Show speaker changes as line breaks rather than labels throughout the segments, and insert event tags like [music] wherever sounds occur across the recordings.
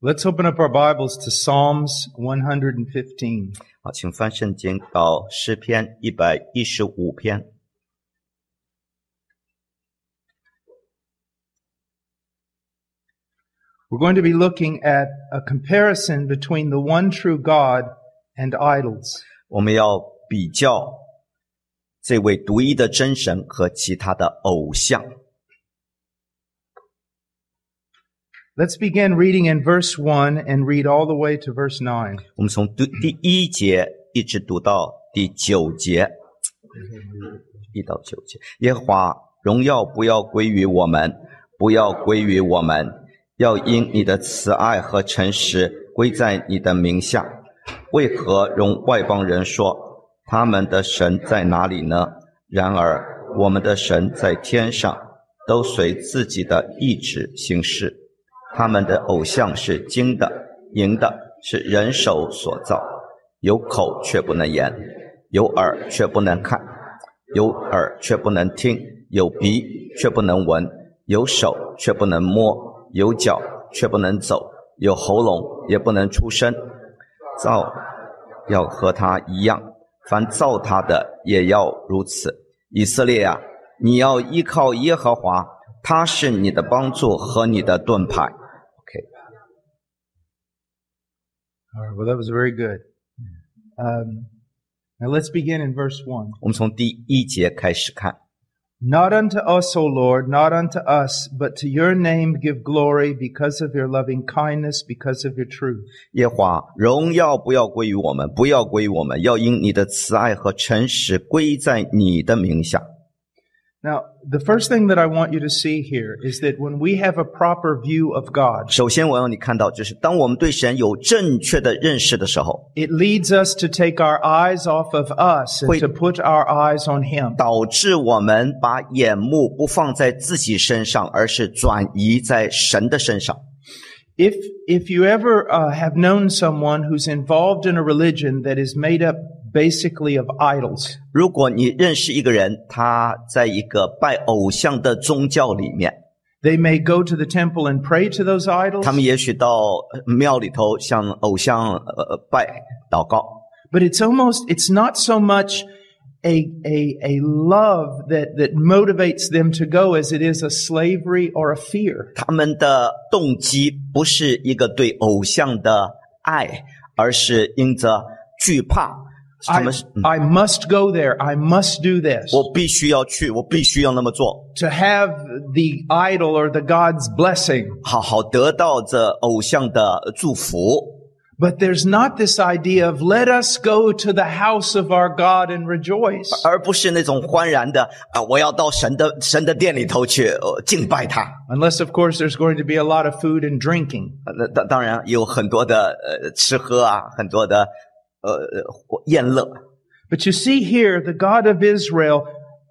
Let's open up our Bibles to Psalms 115.
好，啊请翻圣经到诗篇一百一十五篇。
We're going to be looking at a comparison between the one true God and idols.
我们要比较这位独一的真神和其他的偶像。
Let's begin reading in verse 1 and read all the way to verse 9.
我们从第第一节一直读到第九节，一到九节。耶和华荣耀不要归于我们，不要归于我们，要因你的慈爱和诚实归在你的名下。为何容外邦人说他们的神在哪里呢？然而我们的神在天上，都随自己的意志行事。他们的偶像是金的、银的，是人手所造，有口却不能言，有耳却不能看，有耳却不能听，有鼻却不能闻，有手却不能摸，有脚却不能走，有喉咙也不能出声。造要和他一样，凡造他的也要如此。以色列啊，你要依靠耶和华，他是你的帮助和你的盾牌。OK，
All right, well, that was very good. Um, now let's begin in verse 1.
我们从第一节开始看。
Not unto us, O Lord, not unto us, but to your name give glory because of your loving kindness, because of your truth.
耶和华，荣耀不要归于我们，不要归于我们，要因你的慈爱和诚实归在你的名下。
Now, the first thing that I want you to see here is that when we have a proper view of God,
首先，我要你看到，就是当我们对神有正确的认识的时候，
it leads us to take our eyes off of us and
Wait.
to put our eyes on Him.
导致我们把眼目不放在自己身上，而是转移在神的身上。
If, if you ever uh, have known someone who's involved in a religion that is made up basically of idols,
如果你认识一个人，他在一个拜偶像的宗教里面，
they may go to the temple and pray to those idols,
他们也许到庙里头向偶像呃拜祷告，
But it's almost, it's not so much a, a, a love that, that motivates them to go as it is a slavery or a fear.
他们的动机不是一个对偶像的爱，而是因着惧怕。他
I,
们是、嗯
I must go there. I must do this
我必须要去，我必须要那么做，
to have the idol or the God's blessing.
好好得到这偶像的祝福。
But there's not this idea of let us go to the house of our God and rejoice.
而不是那种欢然的啊！我要到神的神的殿里头去、呃敬拜他。
Unless, of course, there's going to be a lot of food and drinking.
呃那当当然有很多的呃吃喝啊，很多的呃呃宴乐。
But you see here, the God of Israel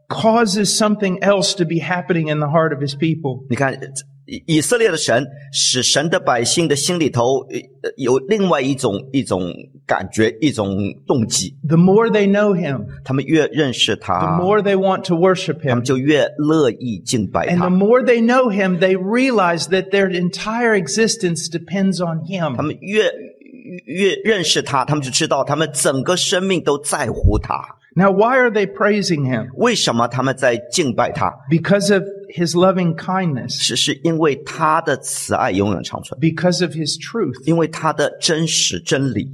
causes something else to be happening in the heart of his people.
你看，这以以色列的神使神的百姓的心里头呃有另外一种一种感觉，一种动机。
The more they know him,
他们越认识
the
他，
more they want to worship
他们
him.
就越乐意敬拜
And the
他。
more they know him, they realize that their entire existence depends on
他
him.
们越越越认识他，他们就知道他们整个生命都在乎他。
Now, why are they praising him?
为什么他们在敬拜他？
Because of his loving kindness,
是是因为他的慈爱永远长存，
because of his truth.
因为他的真实真理、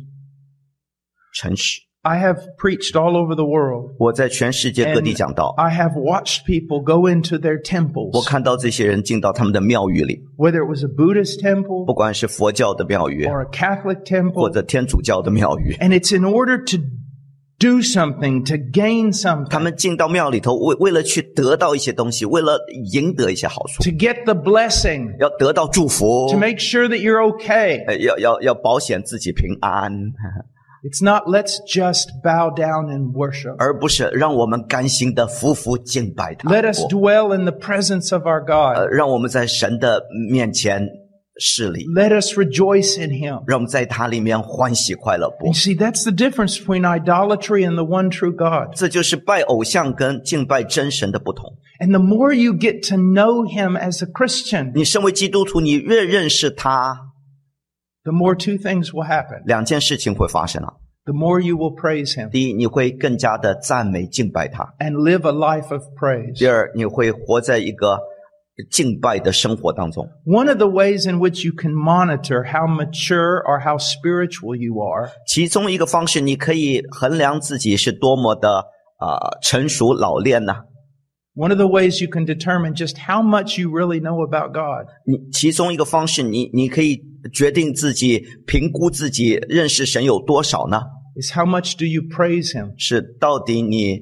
诚实。
I have preached all over the world.
我在全世界各地
And
讲道，
I have watched people go into their
我
temples,
看到这些人进到他们的庙宇里，
whether it was a Buddhist
不
temple
管是佛教的庙宇，
or a Catholic temple,
或者天主教的庙
[laughs]
宇，
And it's in order to do something, to gain
他
something,
们进到庙里头，为为了去得到一些东西，为了赢得一些好处，
to get the blessing,
要得到祝福
to，make sure that you're okay.
呃要要要保险自己平安，
It's not let's just bow down and worship.
而不是让我们甘心的服服敬拜他。
Let us dwell in the presence of our
呃
God.
让我们在神的面前势力，
Let us rejoice in Him.
让我们在他里面欢喜快乐不
You？see, that's the difference between idolatry and the one true God.
这就是拜偶像跟敬拜真神的不同。
And the more you get to know Him as a Christian,
你身为基督徒，你越认识他，
the more two things will happen.
两件事情会发生啊。
The more you will praise Him
第一，你会更加的赞美敬拜他；
and live a life of praise.
第二，你会活在一个敬拜的生活当中。
One of the ways in which you can monitor how mature or how spiritual you are
其中一个方式，你可以衡量自己是多么的啊、呃成熟老练呢、
One of the ways you can determine just how much you really know about God
你其中一个方式你，你可以决定自己评估自己认识神有多少呢？
is how much do you praise Him?
是到底你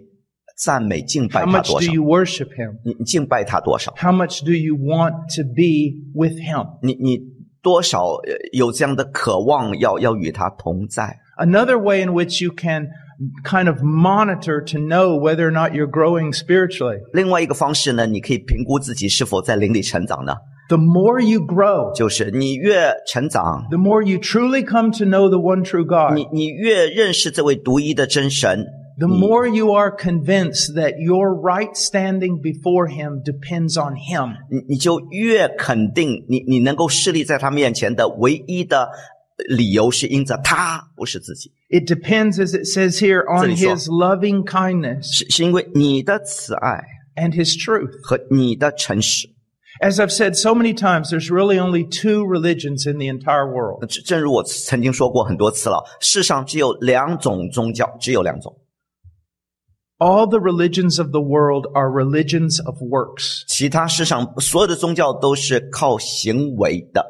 赞美敬拜
How
他
much
多少
do？you worship Him?
你你敬拜他多少？
How much do you want to be with Him?
你你多少呃有这样的渴望要要与他同在？
Another way in which you can kind of monitor to know whether or not you're growing spiritually.
另外一个方式呢，你可以评估自己是否在灵里成长呢？
The more you grow,
就是你越成长，
the more you truly come to know the one true
你
God,
你越认识这位独一的真神，
the more you are convinced that your right standing before Him depends on Him.
你你就越肯定你你能够势立在他面前的唯一的理由是因着他，不是自己，
It depends, as it says here, on
这里说。
His loving kindness
是是因为你的慈爱
and His truth.
和你的诚实。
As I've said so many times, there's really only two religions in the entire world.
正正如我曾经说过很多次了，世上只有两种宗教，只有两种，
All the religions of the world are religions of works.
其他世上所有的宗教都是靠行为的。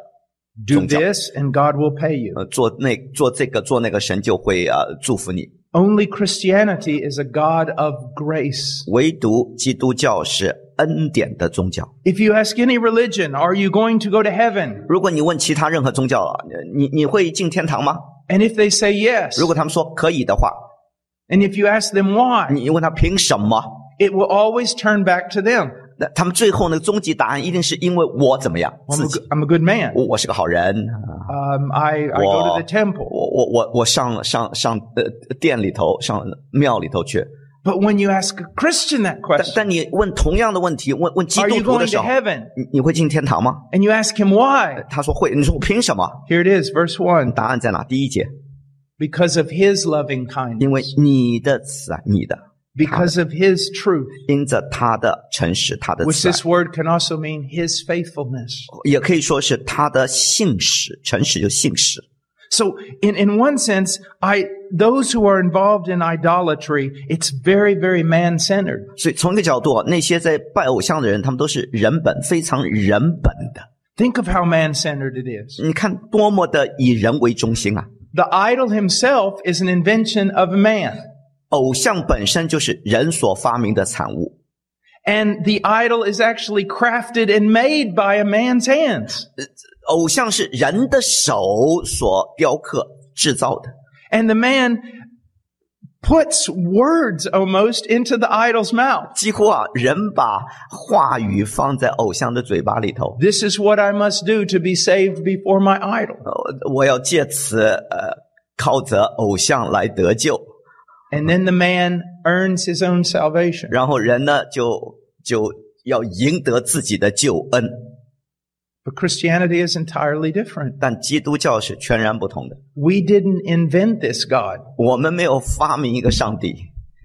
Do
宗教。
this and God will pay you.
呃，做那做这个做那个，神就会呃祝福你。
Only Christianity is a God of grace.
唯独基督教是恩典的宗教。
If you ask any religion, are you going to go to heaven?
如果你问其他任何宗教啊，呃你你会进天堂吗？
And if they say yes,
如果他们说可以的话，
and if you ask them why,
你问他凭什么？
it will always turn back to them.
那他们最后那个终极答案一定是因为我怎么样
I'm
自
a
己
good-，I'm a good man.
我我是个好人，啊
Um, I, I go to the temple.
我我我我上上上呃店里头上庙里头去。
But when you ask a Christian that
但
question,
但你问同样的问题，问问基
are
督
you
徒的
going
时
to
候，
heaven?
你你会进天堂吗？
And you ask him why.
他说会，你说我凭什么？
Here it is, verse 1.
答案在哪？第一节，
Because of his loving
因为
kindness,
你的慈爱，你的
because of his truth,
因着他的诚实，他的
which
慈爱
this，word can also mean his faithfulness.
也可以说是他的信实，诚实就信实。
So in, in one sense, I, those who are involved in idolatry, it's very, very man-centered.
所以从一个角度，啊那些在拜偶像的人，他们都是人本，非常人本的。
Think of how man-centered it is.
你看多么的以人为中心啊！
The idol himself is an invention of man.
偶像本身就是人所发明的产物，
And the idol is actually crafted and made by a man's hands.
偶像是人的手所雕刻制造的。
And the man puts words almost into the idol's mouth.
几乎啊，人把话语放在偶像的嘴巴里头，
This is what I must do to be saved before my idol.
呃我要借此呃，靠着偶像来得救。
And then the man earns his own salvation.
然后人呢，就就要赢得自己的救恩。
But Christianity is entirely different.
但基督教是全然不同的，
We didn't invent this God.
我们没有发明一个上帝，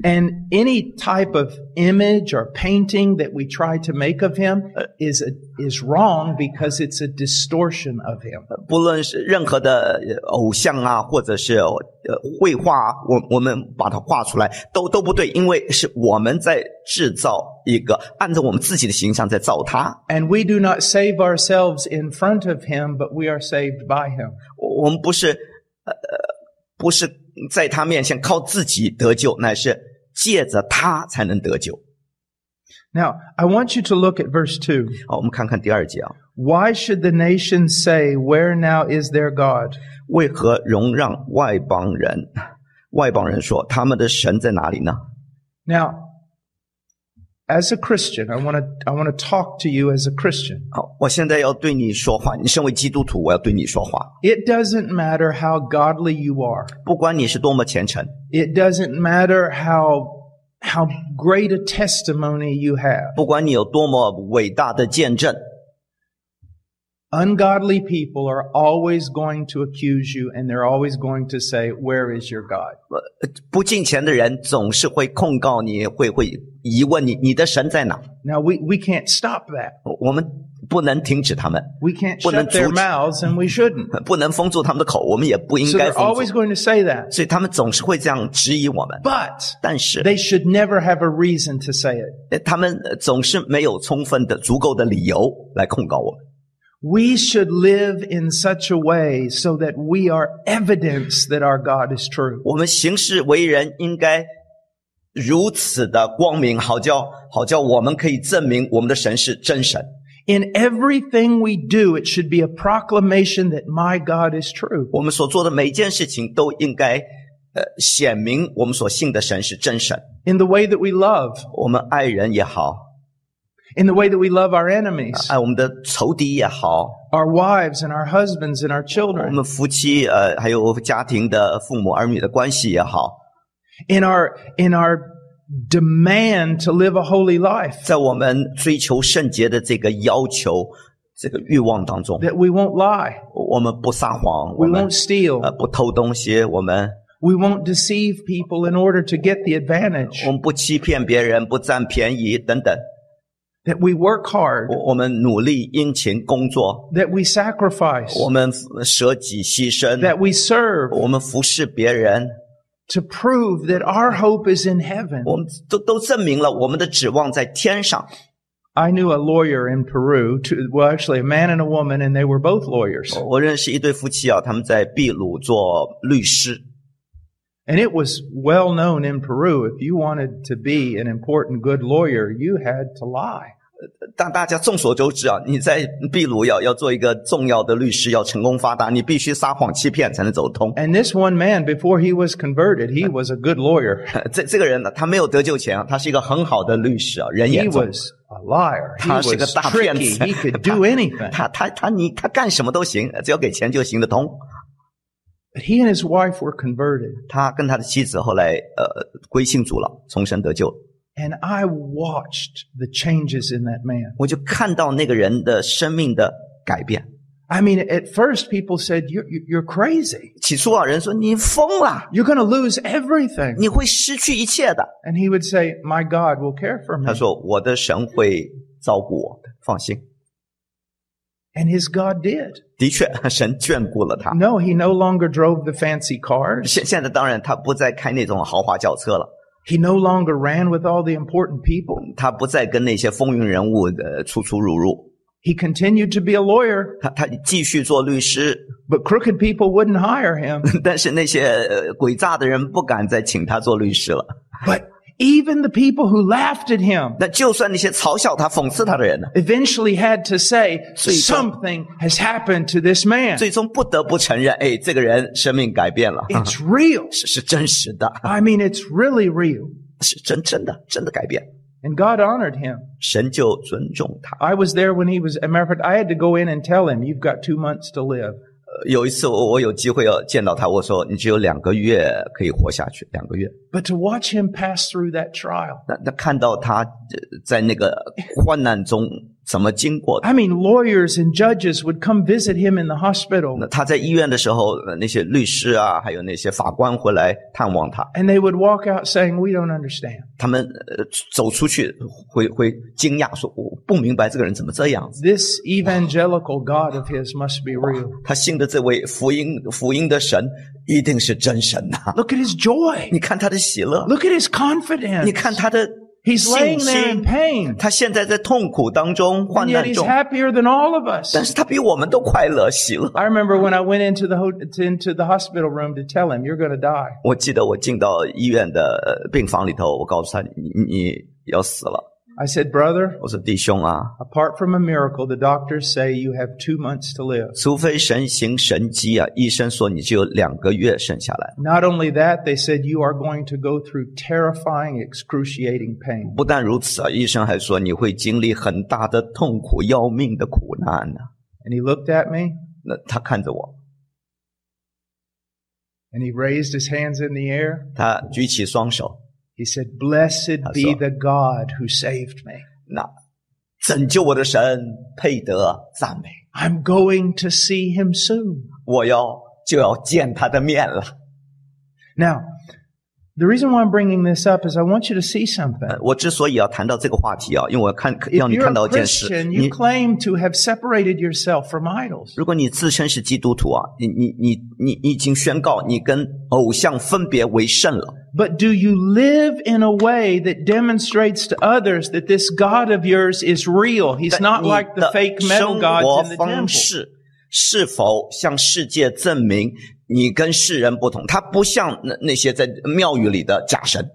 And any type of image or painting that we try to make of him uh, is, a, is wrong because it's a distortion of him.
呃不论是任何的呃偶像啊，或者是呃绘画，我我们把它画出来都都不对，因为是我们在制造一个按照我们自己的形象在造它。
And we do not save ourselves in front of him, but we are saved by him.
我我们不是呃呃不是在他面前靠自己得救，乃是借着他才能得救。
Now, I want you to look at verse 2.
好，我们看看第二节啊，
Why should the nations say, Where now is their God?
为何容让外邦人？外邦人说他们的神在哪里呢？
Now, as a Christian, I want to I want to talk to you as a Christian.
好，我现在要对你说话。你身为基督徒，我要对你说话。
It doesn't matter how godly you are.
不管你是多么虔诚，
It doesn't matter how how great a testimony you have.
不管你有多么伟大的见证，
Ungodly people are always going to accuse you and they're always going to say, where is your God?
不敬虔的人总是会控告你，会会疑问你，你的神在哪？
Now we, we can't stop that.
我我们不能停止他们，
We can't
Well,
shut
then,
their
so-
mouths and we
[laughs]
shouldn't.
不能封住他们的口，我们也不应
So
该
they're
封
always
住。
going to say that.
所以他们总是会这样质疑我们，
But
但是
they should never have a reason to say it.
呃他们呃总是没有充分的、足够的理由来控告我们。
We should live in such a way so that we are evidence that our God is true.
我们行事为人应该如此的光明，好叫好叫我们可以证明我们的神是真神。
In everything we do, it should be a proclamation that my God is true.
我们所做的每一件事情都应该呃显明我们所信的神是真神。
In the way that we love,
我们爱人也好，
in the way that we love our enemies,
爱我们的仇敌也好，
our wives and our husbands and our
我
children,
们夫妻呃还有家庭的父母儿女的关系也好，
in our, in our demand to live a holy life,
在我们追求圣洁的这个要求、这个欲望当中，
that we won't lie,
我们不撒谎，我
we
们
won't steal,
呃不偷东西，我们
we won't deceive people in order to get the advantage,
我们不欺骗别人，不占便宜等等。
that we work hard,
我我们努力殷勤工作，
that we sacrifice,
我们舍己牺牲，
that we serve
我们服侍别人，
to prove that our hope is in heaven.
我们都都证明了我们的指望在天上。
I knew a lawyer in Peru, two, well, actually a man and a woman, and they were both lawyers.
我认识一对夫妻啊，他们在秘鲁做律师，
And it was well known in Peru if you wanted to be an important, good lawyer, you had to lie.
但大家众所周知啊，你在秘鲁要要做一个重要的律师，要成功发达，你必须撒谎欺骗才能走得通。 [laughs]
And this one man, before he was converted, he was a good lawyer.
这这个人呢，他没有得救前啊，他是一个很好的律师啊，人
He
也忠，
was a liar. He
他是个
was
大骗
tricky.
子
He could do anything.
[laughs] 他他他你他干什么都行，只要给钱就行得通。
But he and his wife were converted.
他跟他的妻子后来呃归信主了，重生得救了。
And I watched the changes in that man.
我就看到那个人的生命的改变。
I mean, at first people said, you're, you're crazy.
起初啊，人说你疯了，
You're going to lose everything.
你会失去一切的。
And he would say, My God will care for
他
me.
说我的神会照顾我的，放心。
And his God did.
的确，神眷顾了他。
No, he no longer drove the fancy cars.
现现在当然，他不再开那种豪华轿车了，
He no longer ran with all the important people.
他不再跟那些风云人物呃出出入入，
He continued to be a lawyer,
他他继续做律师，
but crooked people wouldn't hire
[laughs]
him.
但是那些呃诡诈的人不敢再请他做律师了。
But even the people who laughed at him
那就算那些嘲笑他、讽刺他的人呢，
eventually had to say,
So you don't-
Something has happened to this man.
最终不得不承认，哎，这个人生命改变了，
It's real.
是是真实的，
I mean, it's really real.
是真真的真的改变。
And God honored him.
神就尊重他。
I was there when he was, a matter of fact, I had to go in and tell him, You've got two months to live.
呃有一次我我有机会要见到他，我说你只有两个月可以活下去，两个月。
But to watch him pass through that trial,
那那看到他呃在那个患难中怎么经过的？
I mean, lawyers and judges would come visit him in the hospital
那他在医院的时候，呃那些律师啊，还有那些法官回来探望他，
and they would walk out saying, We don't understand.
他们呃走出去会会惊讶说：“我不明白这个人怎么这样子。
This evangelical God of his must be real.
他信的这位福音福音的神一定是真神呐、
Look at his joy.
你看他的喜乐，
Look at his
你
confidence.
看他的
He's laying
信
there in
心，
pain,
他现在在痛苦当中、患
and yet
难
he's
中，
happier than all of us.
但是他比我们都快乐喜乐。
I remember when I went into the, ho- to- into the hospital room to tell him, You're going to die.
我记得我进到医院的呃病房里头，我告诉他：“你你你要死了。
I said, Brother, ”
我说：“弟兄啊，
apart from a miracle, the doctors say you have two months to live.
除非神行神迹啊，医生说你只有两个月剩下来。
Not only that, they said you are going to go through terrifying, excruciating pain.
不但如此啊，医生还说你会经历很大的痛苦、要命的苦难呢、啊
And he looked at me
那他看着我，
and he raised his hands in the air.
他举起双手，
He said, Blessed
I
be
saw.
the God who saved me.
那拯救我的神配得赞美。
I'm going to see him soon.
我要就要见他的面了。
Now, the reason why I'm bringing this up is I want you to see something.
呃我之所以要谈到这个话题啊，因为我看
If
要你看
you're
到
a
一件事，
Christian, you
你
claim to have separated yourself from idols.
如果你自称是基督徒啊，你你你你你已经宣告你跟偶像分别为圣了，
But do you live in a way that demonstrates to others that this God of yours is real? He's
但
not
你
like the
的
fake
生
metal
活
gods in the
方
temple.
式是否向世界证明你跟世人不同？他不像那那些在庙宇里的假神。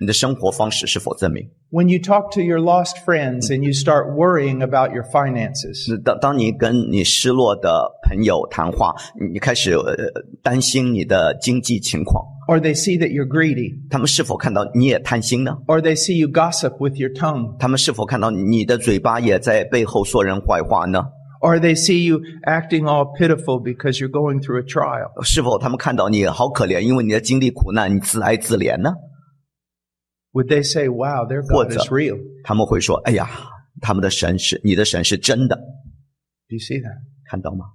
你的生活方式是否证明？
When you talk to your lost friends and you start worrying about your finances,
是当当你跟你失落的朋友谈话，你你开始呃担心你的经济情况，
or they see that you're greedy,
他们是否看到你也贪心呢？
or they see you gossip with your tongue,
他们是否看到你的嘴巴也在背后说人坏话呢？
or they see you acting all pitiful because you're going through a trial.
是否他们看到你好可怜，因为你在经历苦难，你自哀自怜呢？
Would they say, wow, their God
What's
is
up?
real?
他们会说：“哎呀，他们的神是你的神是真的，
Do you see that?
看到吗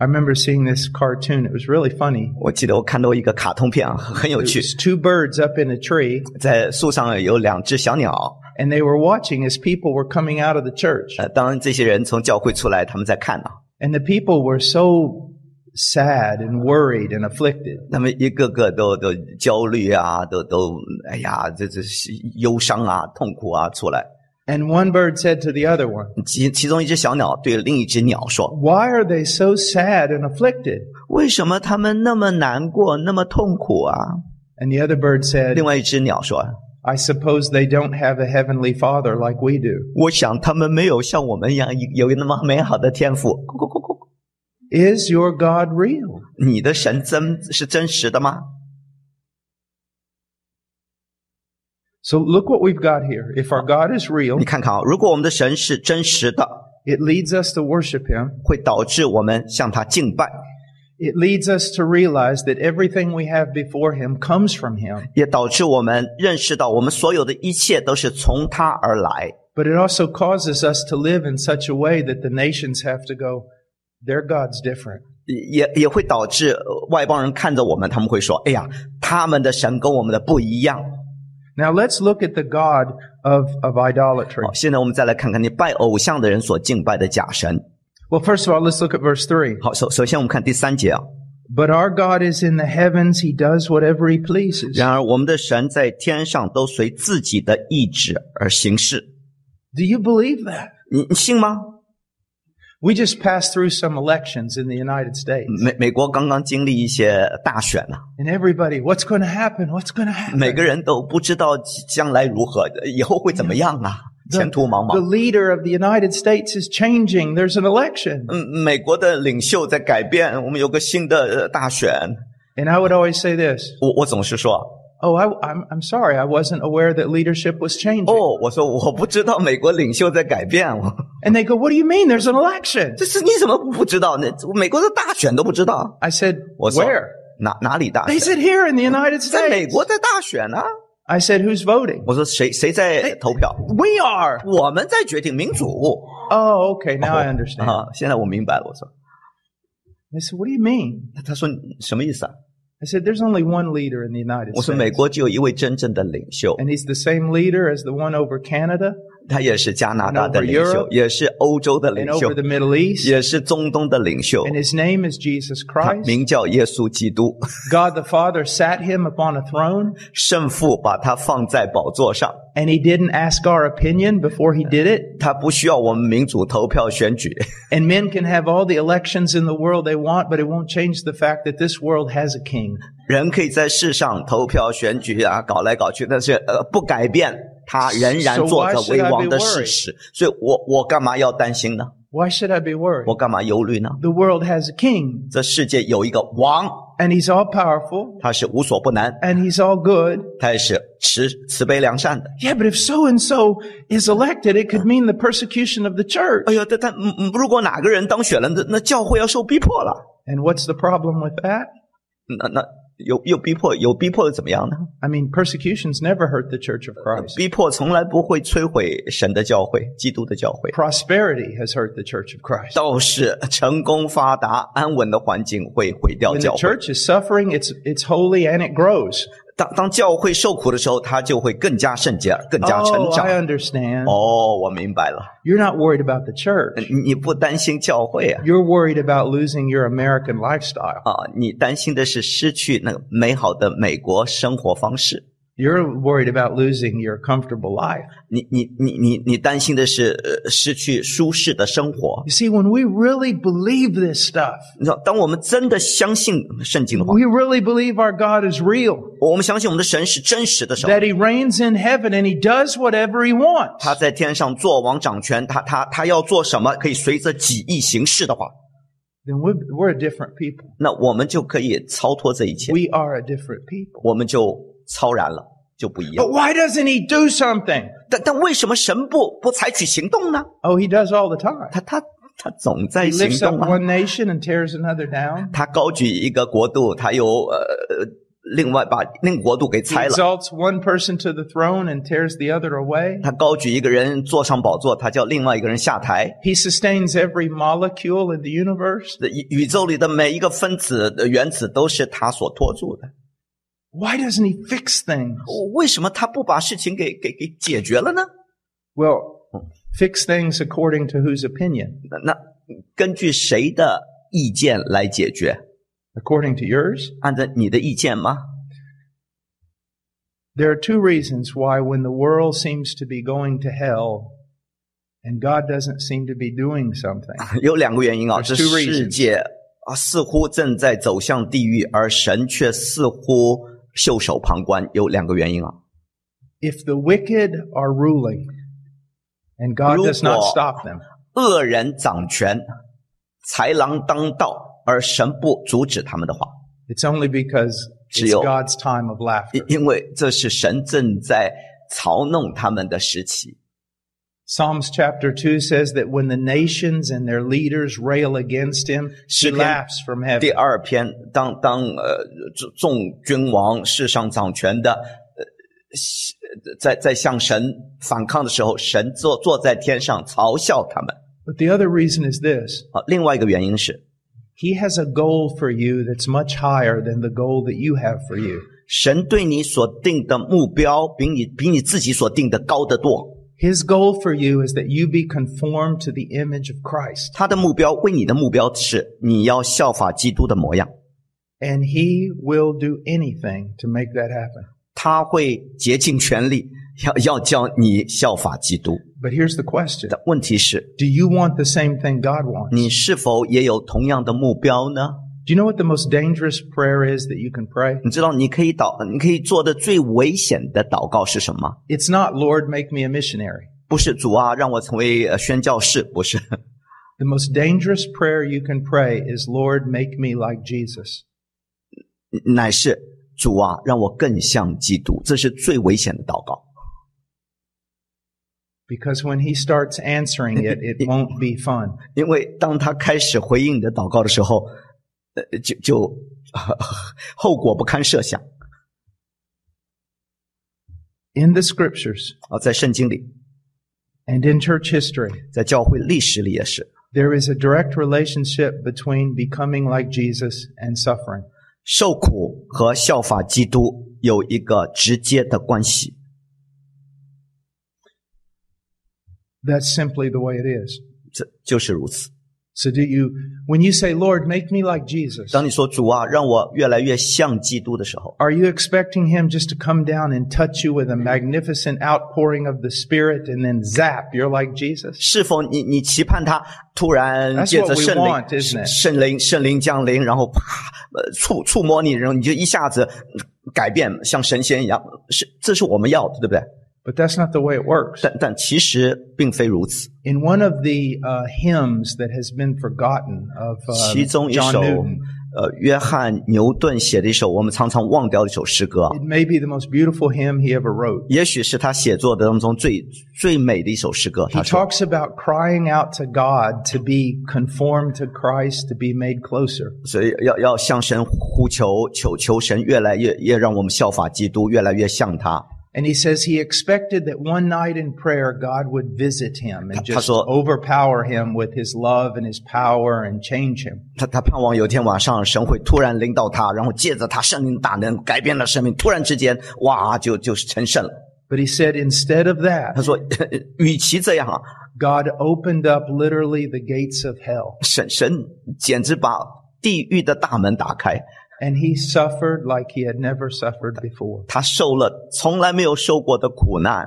I remember seeing this cartoon. It was really funny.？”
我记得我看到一个卡通片啊，很有
It
趣，
was two birds up in a tree,
在树上有两只小鸟，
and they were watching as people were coming out of the church.
呃，当这些人从教会出来，他们在看啊，
And the people were so sad and worried and afflicted.
他们一个个都都焦虑啊，都都哎呀，这这是忧伤啊、痛苦啊出来。
And one bird said to the other one,
其其中一只小鸟对另一只鸟说
Why are they so sad and afflicted?：“
为什么他们那么难过，那么痛苦啊
And the other bird？”said,
另外一只鸟说
I suppose they don't have a heavenly father like we do.：“
我想他们没有像我们一样有那么美好的天赋。咕咕咕咕咕
Is your God real?
你的神真是真实的吗
So look what we've got here. If our God is？”real,
你看看啊，如果我们的神是真实的，
it leads us to worship him.
会导致我们向他敬拜，
It leads us to realize that everything we have before him comes from him.
也导致我们认识到我们所有的一切都是从他而来。
But it also causes us to live in such a way that the nations have to go, their God's different.
也也会导致呃外邦人看着我们，他们会说：“哎呀，他们的神跟我们的不一样。
Now let's look at the God of, of idolatry. ”
好，现在我们再来看看你拜偶像的人所敬拜的假神。
Well, first of all, let's look at verse 3.
好，首首先我们看第三节啊。
But our God is in the heavens, he does whatever he pleases.
然而，我们的神在天上都随自己的意志而行事，
Do you believe that?
你你信吗？
We just passed through some elections in the United States.
美美国刚刚经历一些大选呢、
And everybody, what's going to happen? What's going to
每
happen?
个人都不知道将来如何，以后会怎么样啊？前途茫
The
茫。
leader of the United States is changing. There's an election.
嗯，美国的领袖在改变，我们有个新的呃大选。
And I would always say this.
我我总是说，
Oh, I, am I'm sorry. I wasn't aware that leadership was changing.
哦，我说我不知道美国领袖在改变，我 [laughs]
And they go, what do you mean? There's an election.
这是你怎么不知道呢？美国的大选都不知道，
I said,
我说
where? 哎
哪哪里大
They
选？
said here in the United
在美
States.
国在大选呢、
I said, who's voting?
我说谁谁
哎
在投票？
We are.
我们在决定民主
Oh, okay. Now I understand.
啊！现在我明白了，我说
I said, what do you mean?
他说你什么意思啊？
I said, there's only one leader in the United
我说美
States.
国只有一位真正的领袖，
And he's the same leader as the one over Canada
他也是加拿大的
And over
领袖
Europe，
也是欧洲的
and
领袖
over，the Middle East.
也是中东的领袖，
And his name is Jesus
他
Christ.
名叫耶稣基督， [laughs]
God the Father sat him upon a throne
圣父把他放在宝座上。
and he didn't ask our opinion before he did it.
他不需要我们民主投票选举， [laughs]
And men can have all the elections in the world they want, but it won't change the fact that this world has a king.
人可以在世上投票选举啊，搞来搞去，但是呃，不改变他仍然
So
做
why
着
should
为
I be
王的事
worried?
实。所以我我干嘛要担心呢？
Why should I be worried?
我干嘛忧虑呢？
The world has a king,
这世界有一个王，
and he's all powerful,
他是无所不能，
and he's all good.
他也是慈慈悲良善的。
Yeah, but if so and so is elected, it could mean the persecution of the church.
哎呦，但但嗯嗯如果哪个人当选了，那那教会要受逼迫了，
And what's the problem with that?
那那有有逼迫，有逼迫又怎么样呢？
I mean, persecutions never hurt the Church of Christ.
逼迫从来不会摧毁神的教会，基督的教会。
Prosperity has hurt the Church of Christ.
倒是成功发达、安稳的环境会毁掉
When
教
the
会。
church is suffering, it's it's holy and it grows.
当当教会受苦的时候，它就会更加圣洁，更加成
Oh,
长
I。understand.
哦，我明白了，
You're not worried about the church.
你你不担心教会啊？
You're worried about losing your American lifestyle.
啊，你担心的是失去那个美好的美国生活方式。
You're worried about losing your comfortable life.
你你你你你担心的是呃失去舒适的生活。
You see, when we really believe this stuff,
你知道，当我们真的相信圣经的话，
we really believe our God is real,
我们相信我们的神是真实的神，
that He reigns in heaven and He does whatever He wants.
他在天上做王掌权，他他他要做什么可以随着己意行事的话，
Then we're, we're a different people.
那我们就可以超脱这一切，
We are a different people.
我们就超然了，就不一样
But。why doesn't He do something?
但但为什么神不不采取行动呢？
Oh, He does all the time.
他他他总在
He
行
lifts up
动啊！
one nation and tears another down.
他高举一个国度，他又呃呃另外把另国度给
He
拆了。
exalts one person to the throne and tears the other away.
他高举一个人坐上宝座，他叫另外一个人下台。
He sustains every molecule in the universe.
宇宇宙里的每一个分子、呃原子都是他所托住的。
Why doesn't he fix things?
为什么他不把事情给给给解决了呢？
Well, fix things according to whose opinion?
那那根据谁的意见来解决？
According to yours?
按照你的意见吗？ [laughs]
There are two reasons why when the world seems to be going to hell and God doesn't seem to be doing something.
有两个原因啊，这
There's two
世界啊似乎正在走向地狱，而神却似乎袖手旁观。有两个原因啊，
If the wicked are ruling and God does not
如果-
stop them,
恶人掌权，豺狼当道，而神不阻止他们的话，
it's only because it's
只有-
God's time of laughter.
因因为这是神正在嘲弄他们的时期。
Psalms chapter 2 says that when the nations and their leaders rail against him, he
诗篇
laughs from
第
heaven.
二篇，当当呃众众君王世上掌权的，呃，西在在向神反抗的时候，神坐坐在天上嘲笑他们。
But the other reason is this
啊，另外一个原因是，
He has a goal for you that's much higher than the goal that you have for you.
神对你所定的目标比你比你自己所定的高得多。
His goal for you is that you be conformed to the image of Christ.
他的目标为你的目标是你要效法基督的模样，
And He will do anything to make that happen.
他会竭尽全力要要教你效法基督。
But here's the question
但问题是，
Do you want the same thing God wants?
你是否也有同样的目标呢？
Do you know what the most dangerous prayer is that you can pray?
你知道你可以祷，你可以做的最危险的祷告是什么？
It's not, Lord, make me a missionary.
不是主啊，让我成为呃宣教士，不是。
The most dangerous prayer you can pray is, Lord, make me like Jesus.
乃是主啊，让我更像基督，这是最危险的祷告。
Because when he starts answering it, it won't be fun.
因为当他开始回应你的祷告的时候，呃，就就后果不堪设想
In the scriptures
啊！在圣经里，
and in church history,
在教会历史里也是，
there is a direct relationship between becoming like Jesus and suffering.
受苦和效法基督有一个直接的关系，
That's simply the way it is.
这就是如此。
So do you, when you say, Lord, make me like Jesus,
当你说主啊，让我越来越像基督的时候，
are you expecting him just to come down and touch you with a magnificent outpouring of the Spirit and then zap, you're like Jesus?
是否你你期盼他突然
That's
借着
what we
圣
want,
灵
isn't it?
圣灵圣灵降临，然后啪呃触触摸你，然后你就一下子改变，像神仙一样？是这是我们要的，对不对？
But that's not the way it works.
但但其实并非如此。
In one of the uh, hymns that has been forgotten of uh,
其中一
John
首
Newton,
呃约翰牛顿写的一首我们常常忘掉的一首诗歌，
It may be the most beautiful hymn he ever wrote.
也许是他写作的当中最最美的一首诗歌。
He
他说
talks about crying out to God to be conformed to Christ, to be made closer.：“
所以要要向神呼求，求求神越来越越让我们效法基督，越来越像他。
And he says he expected that one night in prayer, God would visit him and just
他说-
overpower him with his love and his power and change him.
他他盼望有一天晚上神会突然领导他，然后借着他圣灵的大能改变了生命，突然之间哇就就是成圣了。
But he said instead of
他
that,
说，与其这样啊，
God opened up literally the gates of hell
神神简直把地狱的大门打开，
and he suffered like he had never suffered before.
他受了从来没有受过的苦难。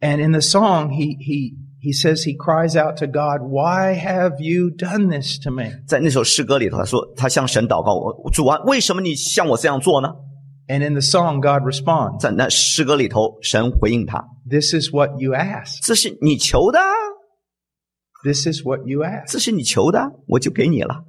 And in the song, he, he, he says he cries out to God, why have you done this to me?
在那首诗歌里头，他说他向神祷告：“我主啊，为什么你像我这样做呢
And in the song, God？”responds,
在那诗歌里头，神回应他
this is what you：“asked.
这是你求的啊，
This is what you asked.
这是你求的啊，我就给你了。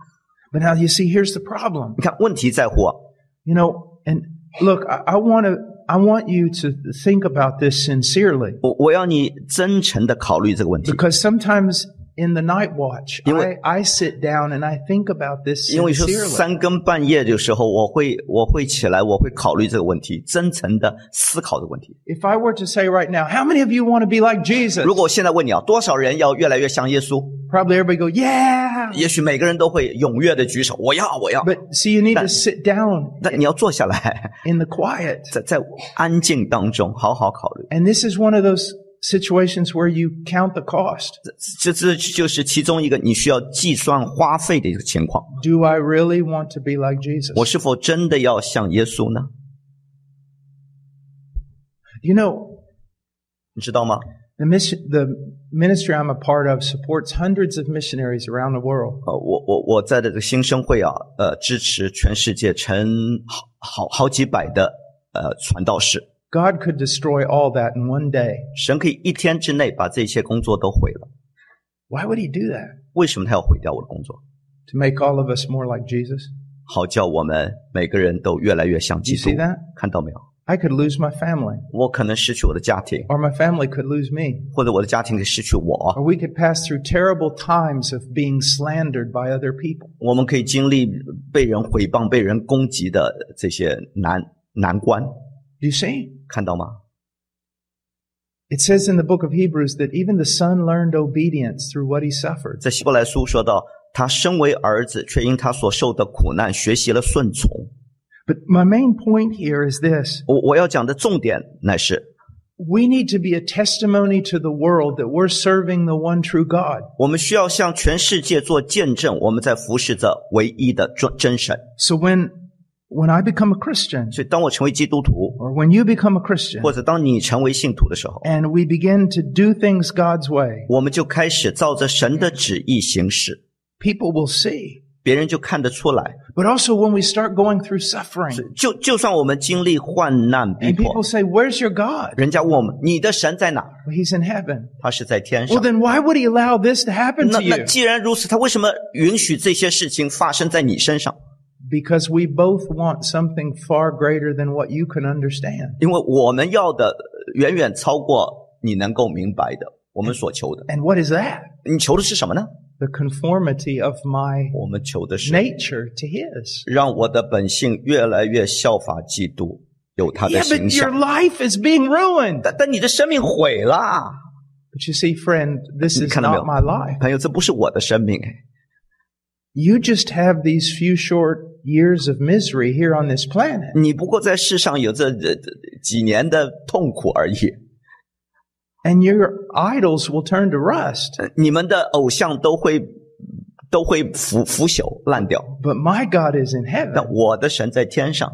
But now you see, here's the problem. ”
你看，问题在乎啊。
You know, and look, I, I want to, I want you to think about this sincerely
我我要你真诚的考虑这个问题，
because sometimes in the night watch,
因为-
I, I sit down and I think about this
因为说
sincerely.
三更半夜的时候，我会我会起来，我会考虑这个问题，真诚的思考这个问题。
If I were to say right now, how many of you want to be like Jesus?
如果我现在问你啊，多少人要越来越像耶稣？
Probably everybody go, yeah.
也许每个人都会踊跃的举手，我要，我要。
But see, you need to sit down
但你要坐下来，
in the quiet.
在在安静当中好好考虑。
And this is one of those situations where you count the cost.
这这就是其中一个你需要计算花费的一个情况。
Do I really want to be like Jesus?
我是否真的要像耶稣呢？
You know,
你知道吗？
The mission, the ministry I'm a part of supports hundreds of missionaries around the world.
呃，我我我在这个新生会啊，呃，支持全世界成好好好几百的呃传道士，
God could destroy all that in one day.
神可以一天之内把这些工作都毁了。
Why would He do that?
为什么他要毁掉我的工作？
To make all of us more like Jesus?
好叫我们每个人都越来越像
Do you
基督
see。that?
看到没有？
I could lose my family,
我可能失去我的家庭，
or my family could lose me,
或者我的家庭失去我。
or we could pass through terrible times of being slandered by other people.
我们可以经历被人毁谤、被人攻击的这些难难关，
Do you see?
看到吗？
It says in the book of Hebrews that even the son learned obedience through what he suffered.
在希伯来书说到，他身为儿子，却因他所受的苦难，学习了顺从。
But my main point here is this.
我我要讲的重点乃是，
We need to be a testimony to the world that we're serving the one true God.
我们需要向全世界做见证，我们在服侍着唯一的真真神。
So when when I become a Christian
所以，当我成为基督徒，
or when you become a Christian
或者当你成为信徒的时候，
and we begin to do things God's way,
我们就开始照着神的旨意行事，
people will see.
别人就看得出来。
But also when we start going through suffering
就就算我们经历患难逼
and
迫
people，say, "Where's your God?"
人家问我们：“你的神在哪
Well, He's in heaven.？”
他是在天
Well,
上。
then why would He allow this to happen
那
to
那
you?
既然如此，他为什么允许这些事情发生在你身上？
Because we both want something far greater than what you can understand.
因为我们要的呃远远超过你能够明白的，我们所求的。
And what is that?
你求的是什么呢？
The conformity of my
我们求的是
nature to His.
让我的本性越来越效法基督，有他的
Yeah,
形
but your
象。
life is being ruined.
但但你的生命毁了，啊
But you see, friend, this is
Kind of
not
milk.
my life.
朋友，这不是我的生命。
You just have these few short years of misery here on this planet.
你不过在世上有这这这几年的痛苦而已。
And your idols will turn to rust.
呃你们的偶像都会都会腐腐朽烂掉，
But my God is in heaven.
但我的神在天上。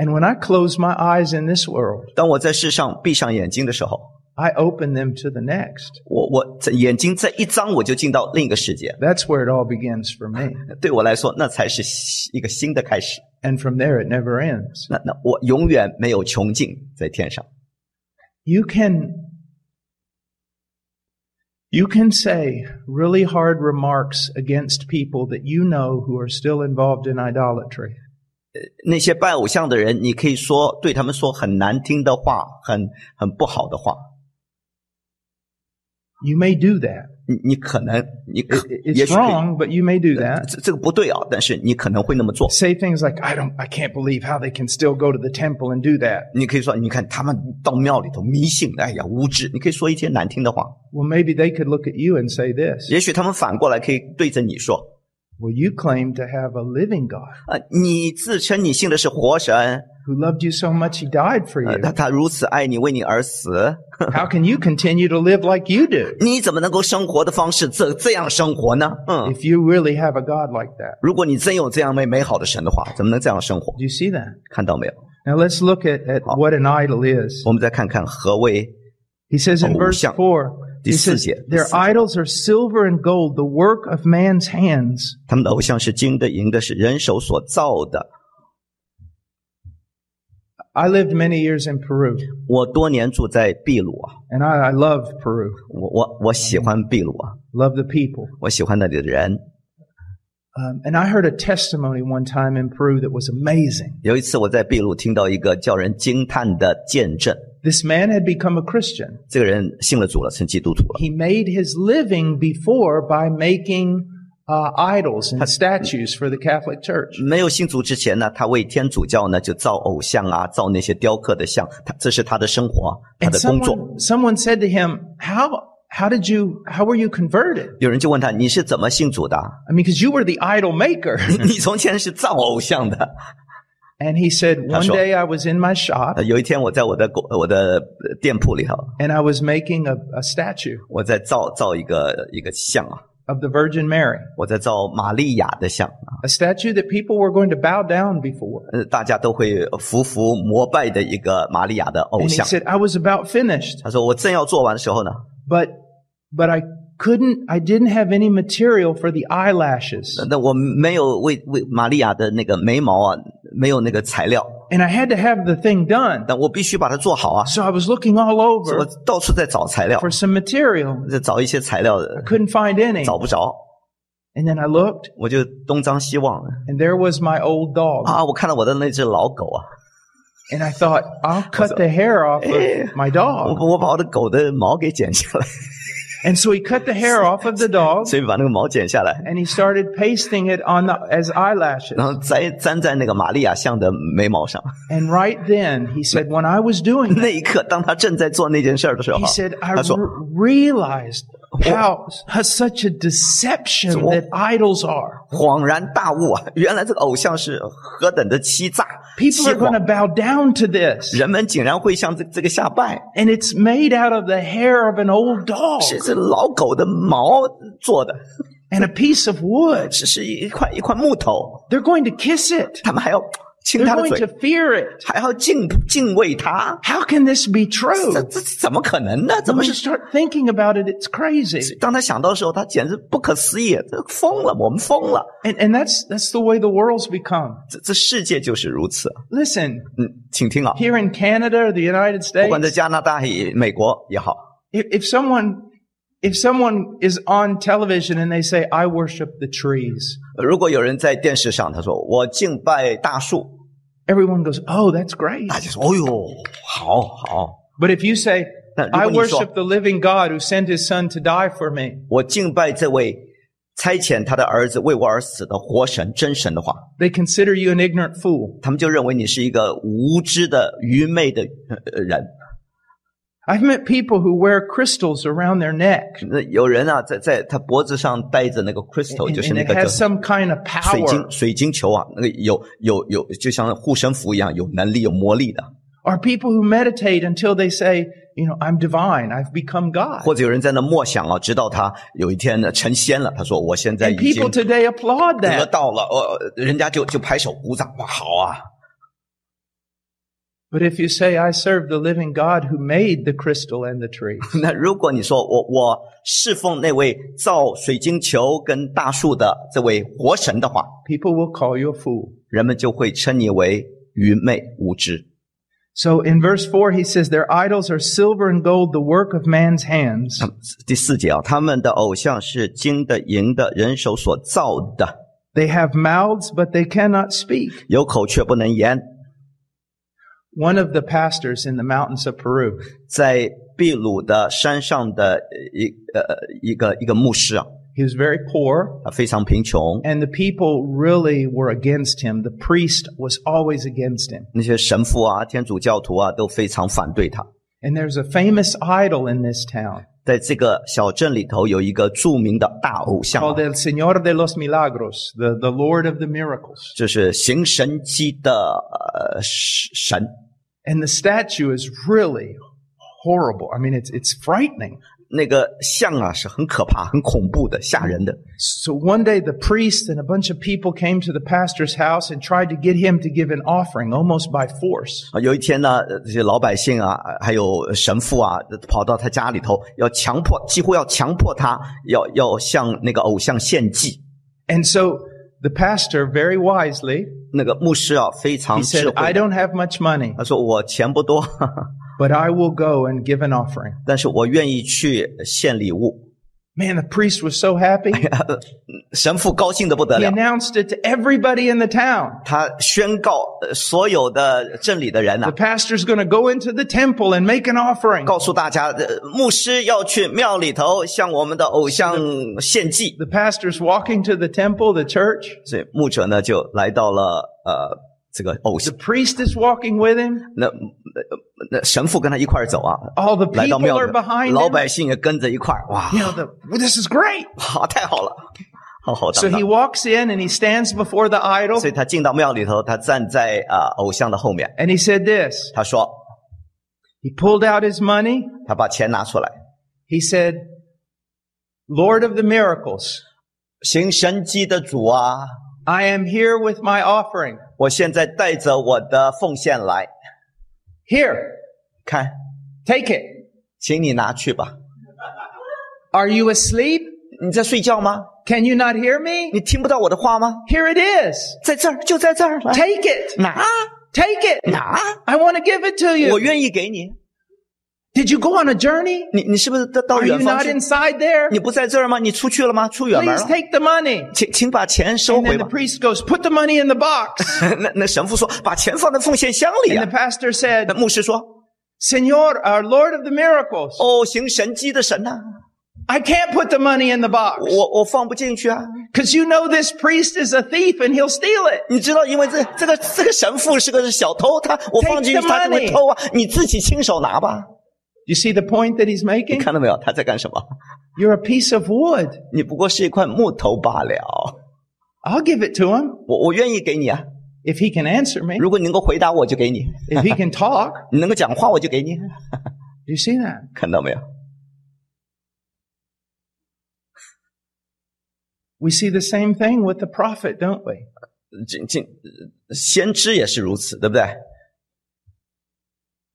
And when I close my eyes in this world,
当我在世上闭上眼睛的时候，
I open them to the next.
我我这眼睛这一张我就进到另一个世界。
That's where it all begins for me.
对我来说，那才是新一个新的开始。
And from there, it never ends.
那那我永远没有穷尽在天上。
You can, You can say really hard remarks against people that you know who are still involved in idolatry.
那些拜偶像的人，你可以说对他们说很难听的话，很很不好的话。
You may do that.
你你可能你
It-
可
it-
也
It's
许可以
wrong, but you may do
呃
that.
这这个不对啊，但是你可能会那么做。
Say things like, I don't, I can't believe how they can still go to the temple and do that.
你可以说，你看他们到庙里头迷信，哎呀无知。你可以说一些难听的话，
Well, maybe they could look at you and say this.
也许他们反过来可以对着你说，
Well, you claim to have a living God
呃，你自称你信的是活神，
who loved you so much he died for
呃， [laughs]
you.
他他如此爱你，为你而死，
How can you continue to live like you do
你怎么能够生活的方式这这样生活呢？嗯，
if you really have a God like that?
如果你真有这样美美好的神的话，怎么能这样生活？
Do you see that?
看到没有？
Now let's look at, at what an idol is.
我们再看看何为
He says in verse
偶
4,
像。
he says,
第四节，
Their
第四节。
idols are silver and gold, the work of man's hands.
他们的偶像是金的、银的，是人手所造的。
I lived many years in Peru,
我多年住在秘鲁啊，
and I, I love Peru,
我我我喜欢秘鲁啊，
love the people.
我喜欢那里的人。
Um, and I heard a testimony one time in Peru that was amazing.
有一次我在秘鲁听到一个叫人惊叹的见证，
This man had become a Christian.
这个人信了主了，成基督徒了。
He made his living before by making uh, idols and statues for the Catholic Church.
没有信主之前呢，他为天主教呢就造偶像啊，造那些雕刻的像，他这是他的生活，他
And
的工作。
someone, someone said to him, how, how did you, how were you converted?
有人就问他：“你是怎么信主的啊？ [laughs]
I mean, cause you were the idol maker. [laughs]
你从前是造偶像的。
And he said, one
sure.
day I was in my shop
呃”有一天我在我的公我的呃店铺里头，
and I was making a, a statue
我在造造一个一个像啊，
of the Virgin Mary,
我在造玛利亚的像啊，
a statue that people were going to bow down before.
呃，大家都会服服膜拜的一个玛利亚的偶
And he
像。
said, I was about finished,
他说：“我正要做完的时候呢，
but, but I couldn't, I didn't have any material for the eyelashes
那那我没有为为玛利亚的那个眉毛啊，没有那个材料，
and I had to have the thing done.
但我必须把它做好啊。
So I was looking all
所以我
over
到处在找材料，
for some material.
在找一些材料，
Couldn't find any.
找不着，
And then I looked
我就东张西望
and there was my old dog.
啊，我看到我的那只老狗啊，
And I thought, I'll cut the hair off of my
我
dog.
我把我的狗的毛给剪下来， [laughs]
And so he cut the hair off of the dog
所以把那个毛剪下来，
and he started pasting it on the, as eyelashes.
然后粘粘在那个玛利亚像的眉毛上。
And right then he said, when I was doing that,
[laughs] 那一刻，当他正在做那件事儿的时候
he，said, I
他说
re- realized how, how such a deception
So-
that idols are.
恍然大悟啊，原来这个偶像是何等的欺诈、
People
欺
are
谎
going to，bow down to this
人们竟然会向这这个下拜，
and it's made out of the hair of an old dog
是是老狗的毛做的，
and a piece of wood.
只是一块一块木头，
They're going to kiss it.
他们还要亲
They're
他的
going to。
嘴
fear it.
还要敬敬畏他，
How can this be true?
这这怎么可能呢？怎
When
么
you
是？
start thinking about it, it's crazy.
当他想到的时候，他简直不可思议，这疯了，我们疯了。
And, and that's, that's the way the world's become.
这这世界就是如此。
Listen,
嗯，请听啊，
here in Canada or the United
不管在
States,
加拿大、也美国也好，
if, if someone, if someone is on television and they say, I worship the trees,
如果有人在电视上他说我敬拜大树，
everyone goes, Oh, that's great.
大家说哦哟，好好。
But if you say,
但如
I
果你说
worship the living God who sent his son to die for me,
我敬拜这位差遣他的儿子为我而死的活神真神的话，
they consider you an ignorant fool.
他们就认为你是一个无知的、愚昧的呃人。
I've met people who wear crystals around their neck
那有人啊，在在他脖子上戴着那个 crystal，
and,
就是
and
那
it
个叫
has
水
some kind of power.
晶水晶球啊，那个有有有，就像护身符一样，有能力、有魔力的。
are people who meditate until they say, you know, I'm divine. I've become God.
或者有人在那默想啊，直到他有一天呢成仙了，他说我现在
And
已经
people today applaud
得
that.
到了，呃，人家就就拍手鼓掌，哇，好啊！ [laughs]
But if you say, I serve the living God who made the crystal and the tree,
那如果你说我我侍奉那位造水晶球跟大树的这位活神的话，
people will call you a fool.
人们就会称你为愚昧无知。
So in verse 4, he says, Their idols are silver and gold, the work of man's hands.
第四节啊，他们的偶像是金的、银的，人手所造的，
They have mouths, but they cannot speak.
有口却不能言。
One of the pastors in the mountains of Peru,
在秘鲁的山上的呃一呃一个一个牧师啊，
he was very poor,
他非常贫穷，
and the people really were against him. The priest was always against him.
那些神父啊、天主教徒啊都非常反对他。
And there's a famous idol in this town
在这个小镇里头有一个著名的大偶像啊、
called El Señor de los Milagros, the, the Lord of the Miracles.
就是行神迹的呃神，
And the statue is really horrible. I mean, it's, it's frightening.
那个像啊是很可怕、很恐怖的、吓人的。
So one day the priest and a bunch of people came to the pastor's house and tried to get him to give an offering almost by force.
啊，有一天呢，呃这些老百姓啊，呃还有神父啊，呃跑到他家里头，要强迫，几乎要强迫他，要要向那个偶像献祭。
And so the pastor very wisely,
那个牧师啊，非
he
常智
said, I
慧，
don't have much money,
[laughs] 他说：“我钱不多， [laughs] 哈哈
but I will go and give an offering.
但是我愿意去献礼物。
Man, the priest was so happy. ”
神父高兴的不得
He
了，
announced it to everybody in the town.
他宣告呃所有的镇里的人呐、啊
The pastor's going to go into the temple and make an offering.
告诉大家，呃牧师要去庙里头向我们的偶像献祭。
The pastor's walking to the temple, the church.
所以牧者呢，就来到了呃这个偶像
The。priest is walking with him.
那那那神父跟他一块儿走啊，
All the
来到
people
庙
are
里
behind，
老
him.
百姓也跟着一块儿，哇，
You know, the, well, this is great.
好，太好了，好好
So
当
he
当。
walks in and he stands before the idol
所以他进到庙里头，他站在啊、偶像的后面，
and he said this.
他说
He pulled out his money.
他把钱拿出来，
He said, Lord of the miracles,
行神迹的主啊，
I am here with my offering.
我现在带着我的奉献来，
Here,
看，
take it.
请你拿去吧。
Are you asleep?
你在睡觉吗？
Can you not hear me?
你听不到我的话吗？
Here it is.
在这儿，就在这儿，哎来
Take it.
拿
Take it.
拿，
I want to give it to you.
我愿意给你。
Did you go on a journey?
你你是不是到到
Are you
远方
not
去？
inside there?
你不在这儿吗？你出去了吗？出远门
Please
了？
take the money.
请请把钱收
And
回
then the
吧。
priest goes, put the money in the box.
[laughs] 那那神父说，把钱放在奉献箱里
And
啊
the。pastor said,
那牧师说，
Senor, our Lord of the miracles,
哦，行神迹的神呐、
I can't put the money in the box
我我放不进去啊。
because you know this priest is a thief and he'll steal it.
你知道，因为这这个这个神父是个小偷，他我
Take
放进去
the
他就会
money
偷啊。你自己亲手拿吧。
You see the point that he's
你
making?
看到没有？他在干什么？
You're a piece of wood.
你不过是一块木头罢了。
I'll give it to him
我我愿意给你啊，
if he can answer me,
如果你能够回答我就给你，
if he can talk.
你能够讲话我就给你。
Do you see that?
看到没有？
We see the same thing with the prophet, don't we?
这这先知也是如此，对不对？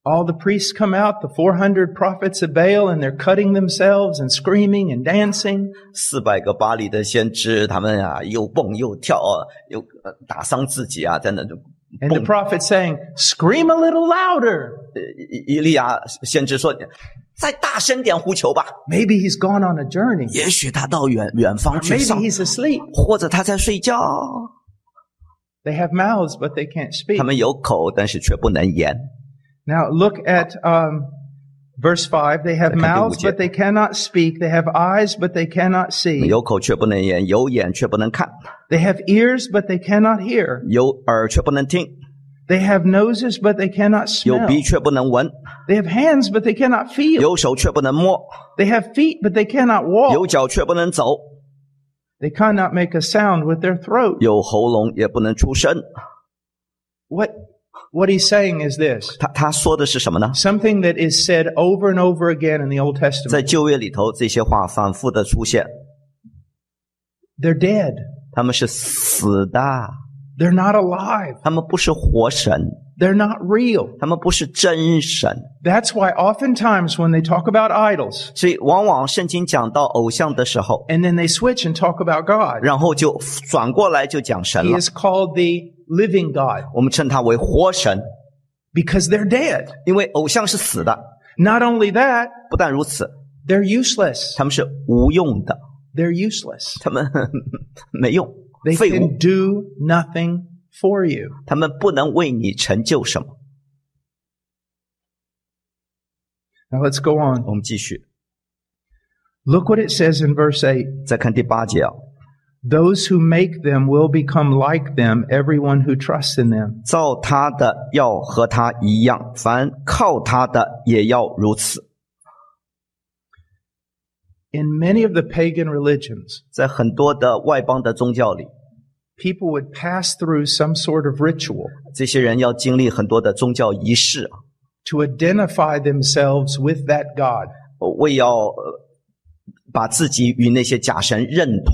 All the priests come out, the 400 prophets of Baal, and they're cutting themselves and screaming and dancing.
四百个巴黎的先知，他们啊又蹦又跳啊，又呃打伤自己啊，在那就
And the prophet saying, scream a little louder.
呃伊伊利亚先知说：“再大声点呼求吧，
Maybe he's gone on a journey.
也许他到远远方去
Maybe
上，
he's asleep.
或者他在睡觉。
They have mouths, but they can't speak.
他们有口，但是却不能言。
Now look at um, verse 5. They have
Second
mouths,
to
but they cannot speak. They have eyes, but they cannot see.
有口却不能言，有眼却不能看，
They have ears, but they cannot hear.
有耳却不能听，
They have noses, but they cannot
有
smell.
鼻却不能闻，
They have hands, but they cannot feel.
有手却不能摸，
They have feet, but they cannot walk.
有脚却不能走，
They cannot make a sound with their throat.
有喉咙也不能出声。
What, what he's saying is this.
他他说的是什么呢？
Something that is said over and over again in the Old
在
Testament.
旧约里头，这些话反复的出现，
They're dead.
他们是死的，
They're not alive.
他们不是活神，
They're not real.
他们不是真神。
That's why oftentimes when they talk about idols
所以，往往圣经讲到偶像的时候，
and then they switch and talk about God,
然后就转过来就讲神
he
了。
is called the living God.
我们称他为活神，
because they're dead.
因为偶像是死的。
Not only that,
不但如此，
they're useless.
他们是无用的，
They're useless.
他们 [laughs] 没用
They，
废物
can，do nothing for you.
他们不能为你成就什么。
Now let's go on.
我们继续
Look what it says in verse 8.
再看第八节啊，
Those who make them will become like them, everyone who trusts in them.
造他的要和他一样，凡靠他的也要如此。
In many of the pagan religions,
在很多的外邦的宗教里，
people would pass through some sort of ritual
这些人要经历很多的宗教仪式啊，
to identify themselves with that God.
为要呃把自己与那些假神认同。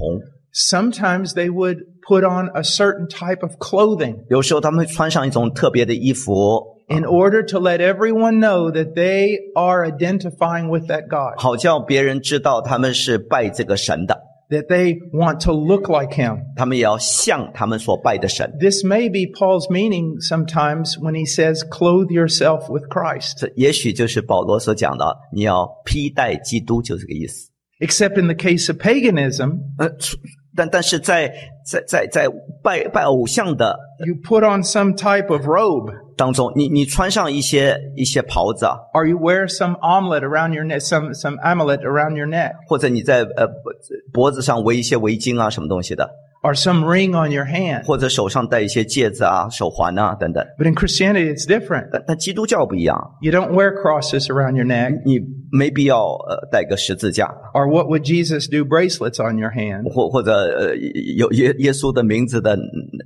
Sometimes they would put on a certain type of clothing
有时候他们会穿上一种特别的衣服，
in order to let everyone know that they are identifying with that God,
好叫别人知道他们是拜这个神的，
that they want to look like Him.
他们也要像他们所拜的神。
This may be Paul's meaning sometimes when he says, clothe yourself with Christ,
这也许就是保罗所讲的，你要披戴基督，就这个意思。
except in the case of paganism,
呃，除但但是在在在在拜拜偶像的
you put on some type of robe
当中，你你穿上一些一些袍子啊，
or you wear some omelet around your neck, some, some amulet around your neck
或者你在呃脖脖子上围一些围巾啊，什么东西的，
or some ring on your hand.
或者手上戴一些戒指啊、手环啊等等。
But in Christianity, it's different.
但但基督教不一样，
You don't wear crosses around your neck
你没必要呃带个十字架，
or what would Jesus do bracelets on your hand
或或者呃有耶耶稣的名字的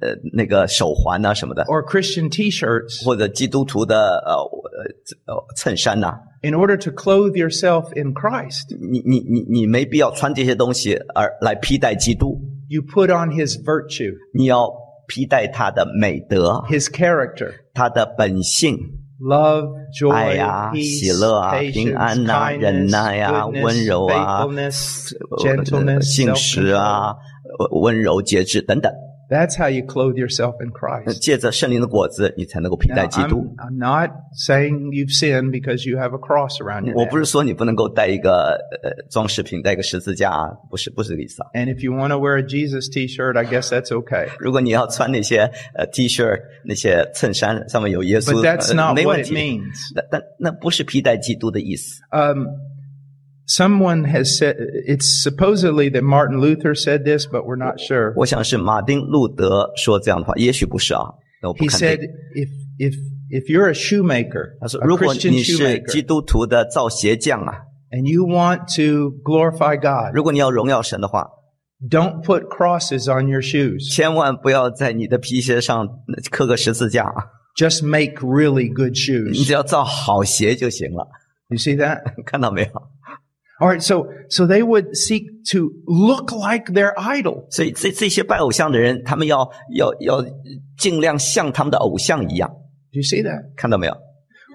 呃那个手环啊什么的，
or Christian t-shirts
或者基督徒的呃呃呃衬衫呐、
in order to clothe yourself in Christ.
你你你你没必要穿这些东西而来披戴基督，
You put on his virtue,
你要披戴他的美德，
his character,
他的本性。
love,
爱
joy,
呀、喜
peace,
乐啊、平
patience,
安呐、忍
kindness,
耐呀、温
goodness,
柔啊、
faithfulness,
Oh, 呃
gentleness,
信实
self-control.
啊、呃温柔、节制等等，
That's how you clothe yourself in
呃 [laughs]
Christ.
借着圣灵的果子，你才能够披
Now,
戴基
I'm,
督。
I'm not saying you've sinned because you have a cross around your
我不
neck.
是说你不能够带一个呃装饰品，带一个十字架，啊，不是不是这个意思啊。
And if you want to wear a Jesus t-shirt, I guess that's okay.
如果你要穿那些呃 T 恤、那些衬衫，上面有耶
But
稣，
that's
呃
not
没
what
问
it
题。
means.
但但那不是披戴基督的意思。
Um, someone has said it's supposedly that Martin Luther said this, but we're not sure.
我想是马丁路德说这样的话，也许不是啊。那我不
He
肯定。
said, "If if if you're a shoemaker,
他说：“
a
如果
Christian
你是基
shoemaker,
督徒的造鞋匠啊，
and you want to glorify God,
如果你要荣耀神的话，
don't put crosses on your shoes.
千万不要在你的皮鞋上刻个十字架啊，
Just make really good
你
shoes.
只要造好鞋就行了。
You see that?
[laughs] 看到没有？
All right. So so they would seek to look like their idol.
所以这这些拜偶像的人，他们要要要尽量像他们的偶像一样，
Do you see that?
看到没有？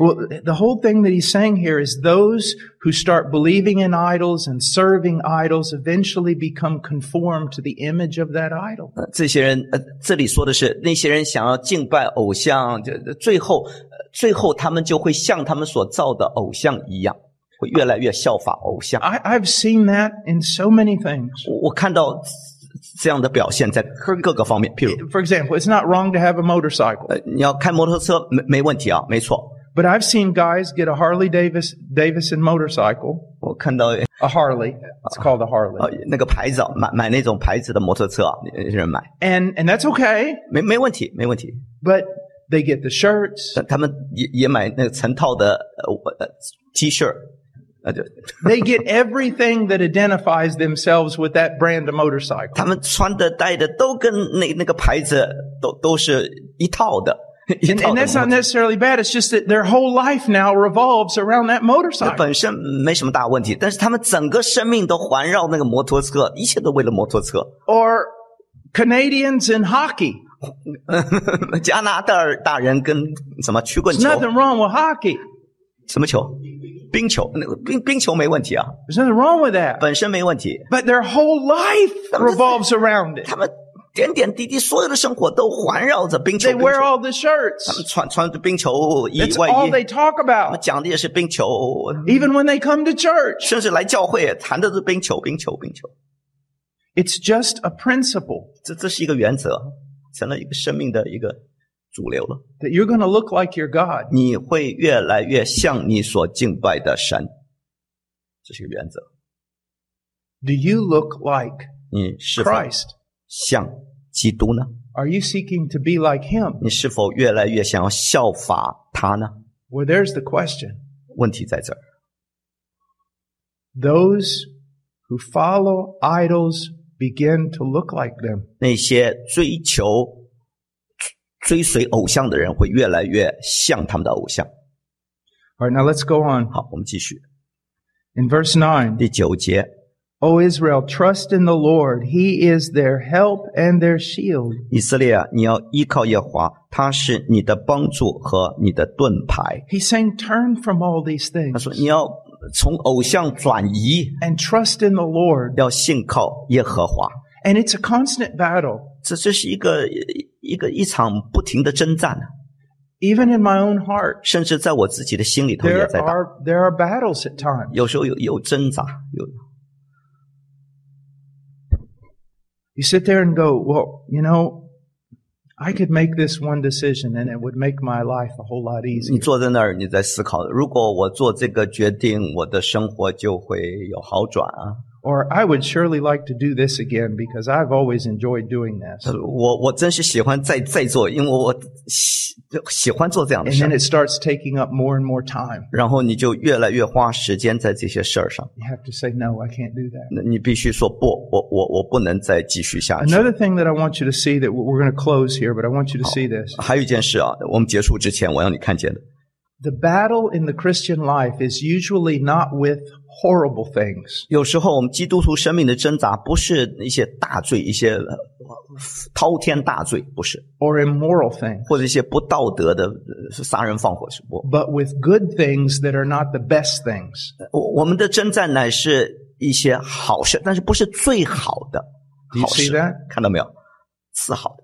Well, the whole thing that he's saying here is those who start believing in idols and serving idols eventually become conformed to the image of that idol.
呃这些人，呃，这里说的是那些人想要敬拜偶像，就最后呃最后他们就会像他们所造的偶像一样，会越来越效法偶像。
I, I've seen that in so many things.
我我看到这样的表现在各各个方面，譬如，
For example, it's not wrong to have a motorcycle,
呃，你要开摩托车没没问题啊，没错。
but I've seen guys get a Harley Davis Davidson motorcycle,
我看到呃
a Harley. It's called a Harley,
那个牌子啊，买买那种牌子的摩托车啊，有些人买
and and that's okay.
没没问题，没问题。
But they get the shirts,
但他们也也买那个成套的呃我呃 T 恤，呃就
they get everything that identifies themselves with that brand of motorcycle.
他们穿的戴的都跟那那个牌子都都是一套
[laughs]
的，一
And,
套
and
的
that's not
摩托。
necessarily bad. It's just that their whole life now revolves around that
这
motorcycle.
本身没什么大问题，但是他们整个生命都环绕那个摩托车，一切都为了摩托车。 [laughs]
Or Canadians in hockey.
加拿大大人跟什么曲棍
There's
球？
nothing wrong with hockey.
什么球？冰球？那个冰冰球没问题啊，
There's nothing wrong with that.
本身没问题。
But their whole life revolves around it.
他们点点滴滴，所有的生活都环绕着冰球。
They
冰球
wear all the
他们
shirts.
穿穿着冰球衣
That's
外
all
衣，
they
他
talk
们
about.
讲的也是冰球，
Even when they come to church,
甚至来教会也谈的是冰球，冰球，冰球。
it's just a principle
这这是一个原则，成了一个生命的一个主流了。
that you're going to look like your God.
你会越来越像你所敬拜的神，这是一个原则。
Do you look like
你是否
Christ?
像基督呢？
Are you seeking to be like Him?
你是否越来越想要效法他呢？
Well, there's the question.
问题在这儿。
Those who follow idols begin to look like them.
那些追求追随偶像的人，会越来越像他们的偶像。
All right, now let's go on.
好，我们继续
In verse 9,
第九节。
O Israel, trust in the Lord. He is their help and their shield.
以色列啊，你要依靠耶和华，他是你的帮助和你的盾牌。
He's saying, turn from all these
他
things
说，你要从偶像转移，
and trust in the Lord.
要信靠耶和华。
And it's a constant battle.
这这是一个一个一场不停的征战啊，
Even in my own heart,
甚至在我自己的心里头也
there
在打。
are, there are battles at times.
有时候有有挣扎，有
You sit there and go, well, you know, I could make this one decision and it would make my life a whole lot
你
easier.
坐在那儿，你在思考，如果我做这个决定，我的生活就会有好转啊。
Or I would surely like to do this again because I've always enjoyed doing this.
呃我我真是喜欢再再做，因为我喜喜欢做这样的
And
事儿
then。it starts taking up more and more time.
然后你就越来越花时间在这些事儿上。
You have to say, no, I can't do that.
那你必须说不，我我我不能再继续下去。
Another thing that I want you to see that we're going to close here, but I want you to see this.
还有一件事啊，我们结束之前我要你看见的，
The battle in the Christian life is usually not with horrible things.
有时候我们基督徒生命的挣扎不是一些大罪，一些呃滔天大罪，不是，
or immoral things,
或者一些不道德的呃杀人放火是不。
but with good things that are not the best things.
我我们的征战乃是一些好事，但是不是最好的
Do you
好事
see that?，
看到没有？是好的。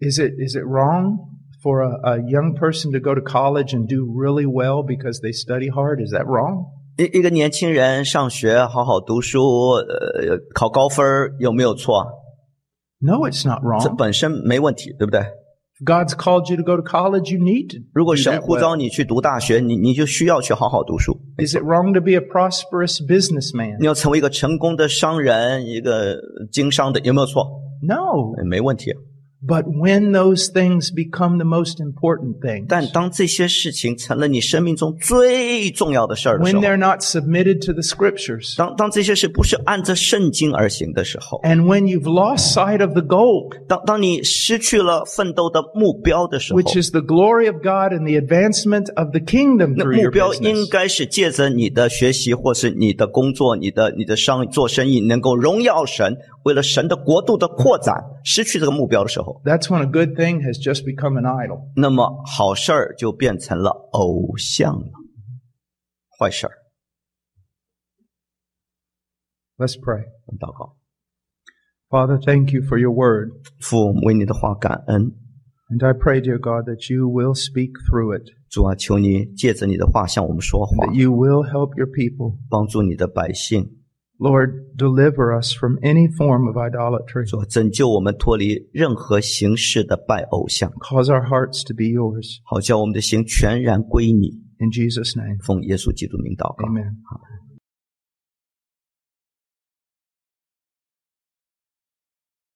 Is it is it wrong for a, a young person to go to college and do really well because they study hard? Is that wrong?
一一个年轻人上学好好读书，呃，考高分儿有没有错？
No, it's not
这
wrong.
本身没问题，对不对？
If God's called you to go to college, you need to.
如果
do
神
that
呼
well.
召你去读大学，你你就需要去好好读书。
Is it wrong to be a prosperous
你
businessman?
要成为一个成功的商人，一个经商的，有没有错？
No.
呃没问题。
But when those things become the most important things,
但当这些事情成了你生命中最重要的事儿的时
when
候，
they're not submitted to the scriptures,
当当这些事不是按着圣经而行的时候，
and when you've lost sight of the goal,
当当你失去了奋斗的目标的时候，
which is the glory of God and the advancement of the kingdom
那
through
目
your
标应
business.
该是借着你的学习，或是你的工作、你的你的商做生意，能够荣耀神，为了神的国度的扩展。失去这个目标的时候，
That's when a good thing has just become an idol.
那么好事儿就变成了偶像了，坏事儿。
Let's pray.
我们祷告，
Father, thank you for your word.
父，我们为你的话感恩。
And I pray, dear God, that you will speak through it,
主啊，求你借着你的话向我们说话
and，that you will help your people.
帮助你的百姓。
Lord, deliver us from any form of idolatry.
主啊，拯救我们脱离任何形式的拜偶像，
Cause our hearts to be yours.
好叫我们的心全然归你。
In Jesus' name,
奉耶稣基督名祷告。
amen.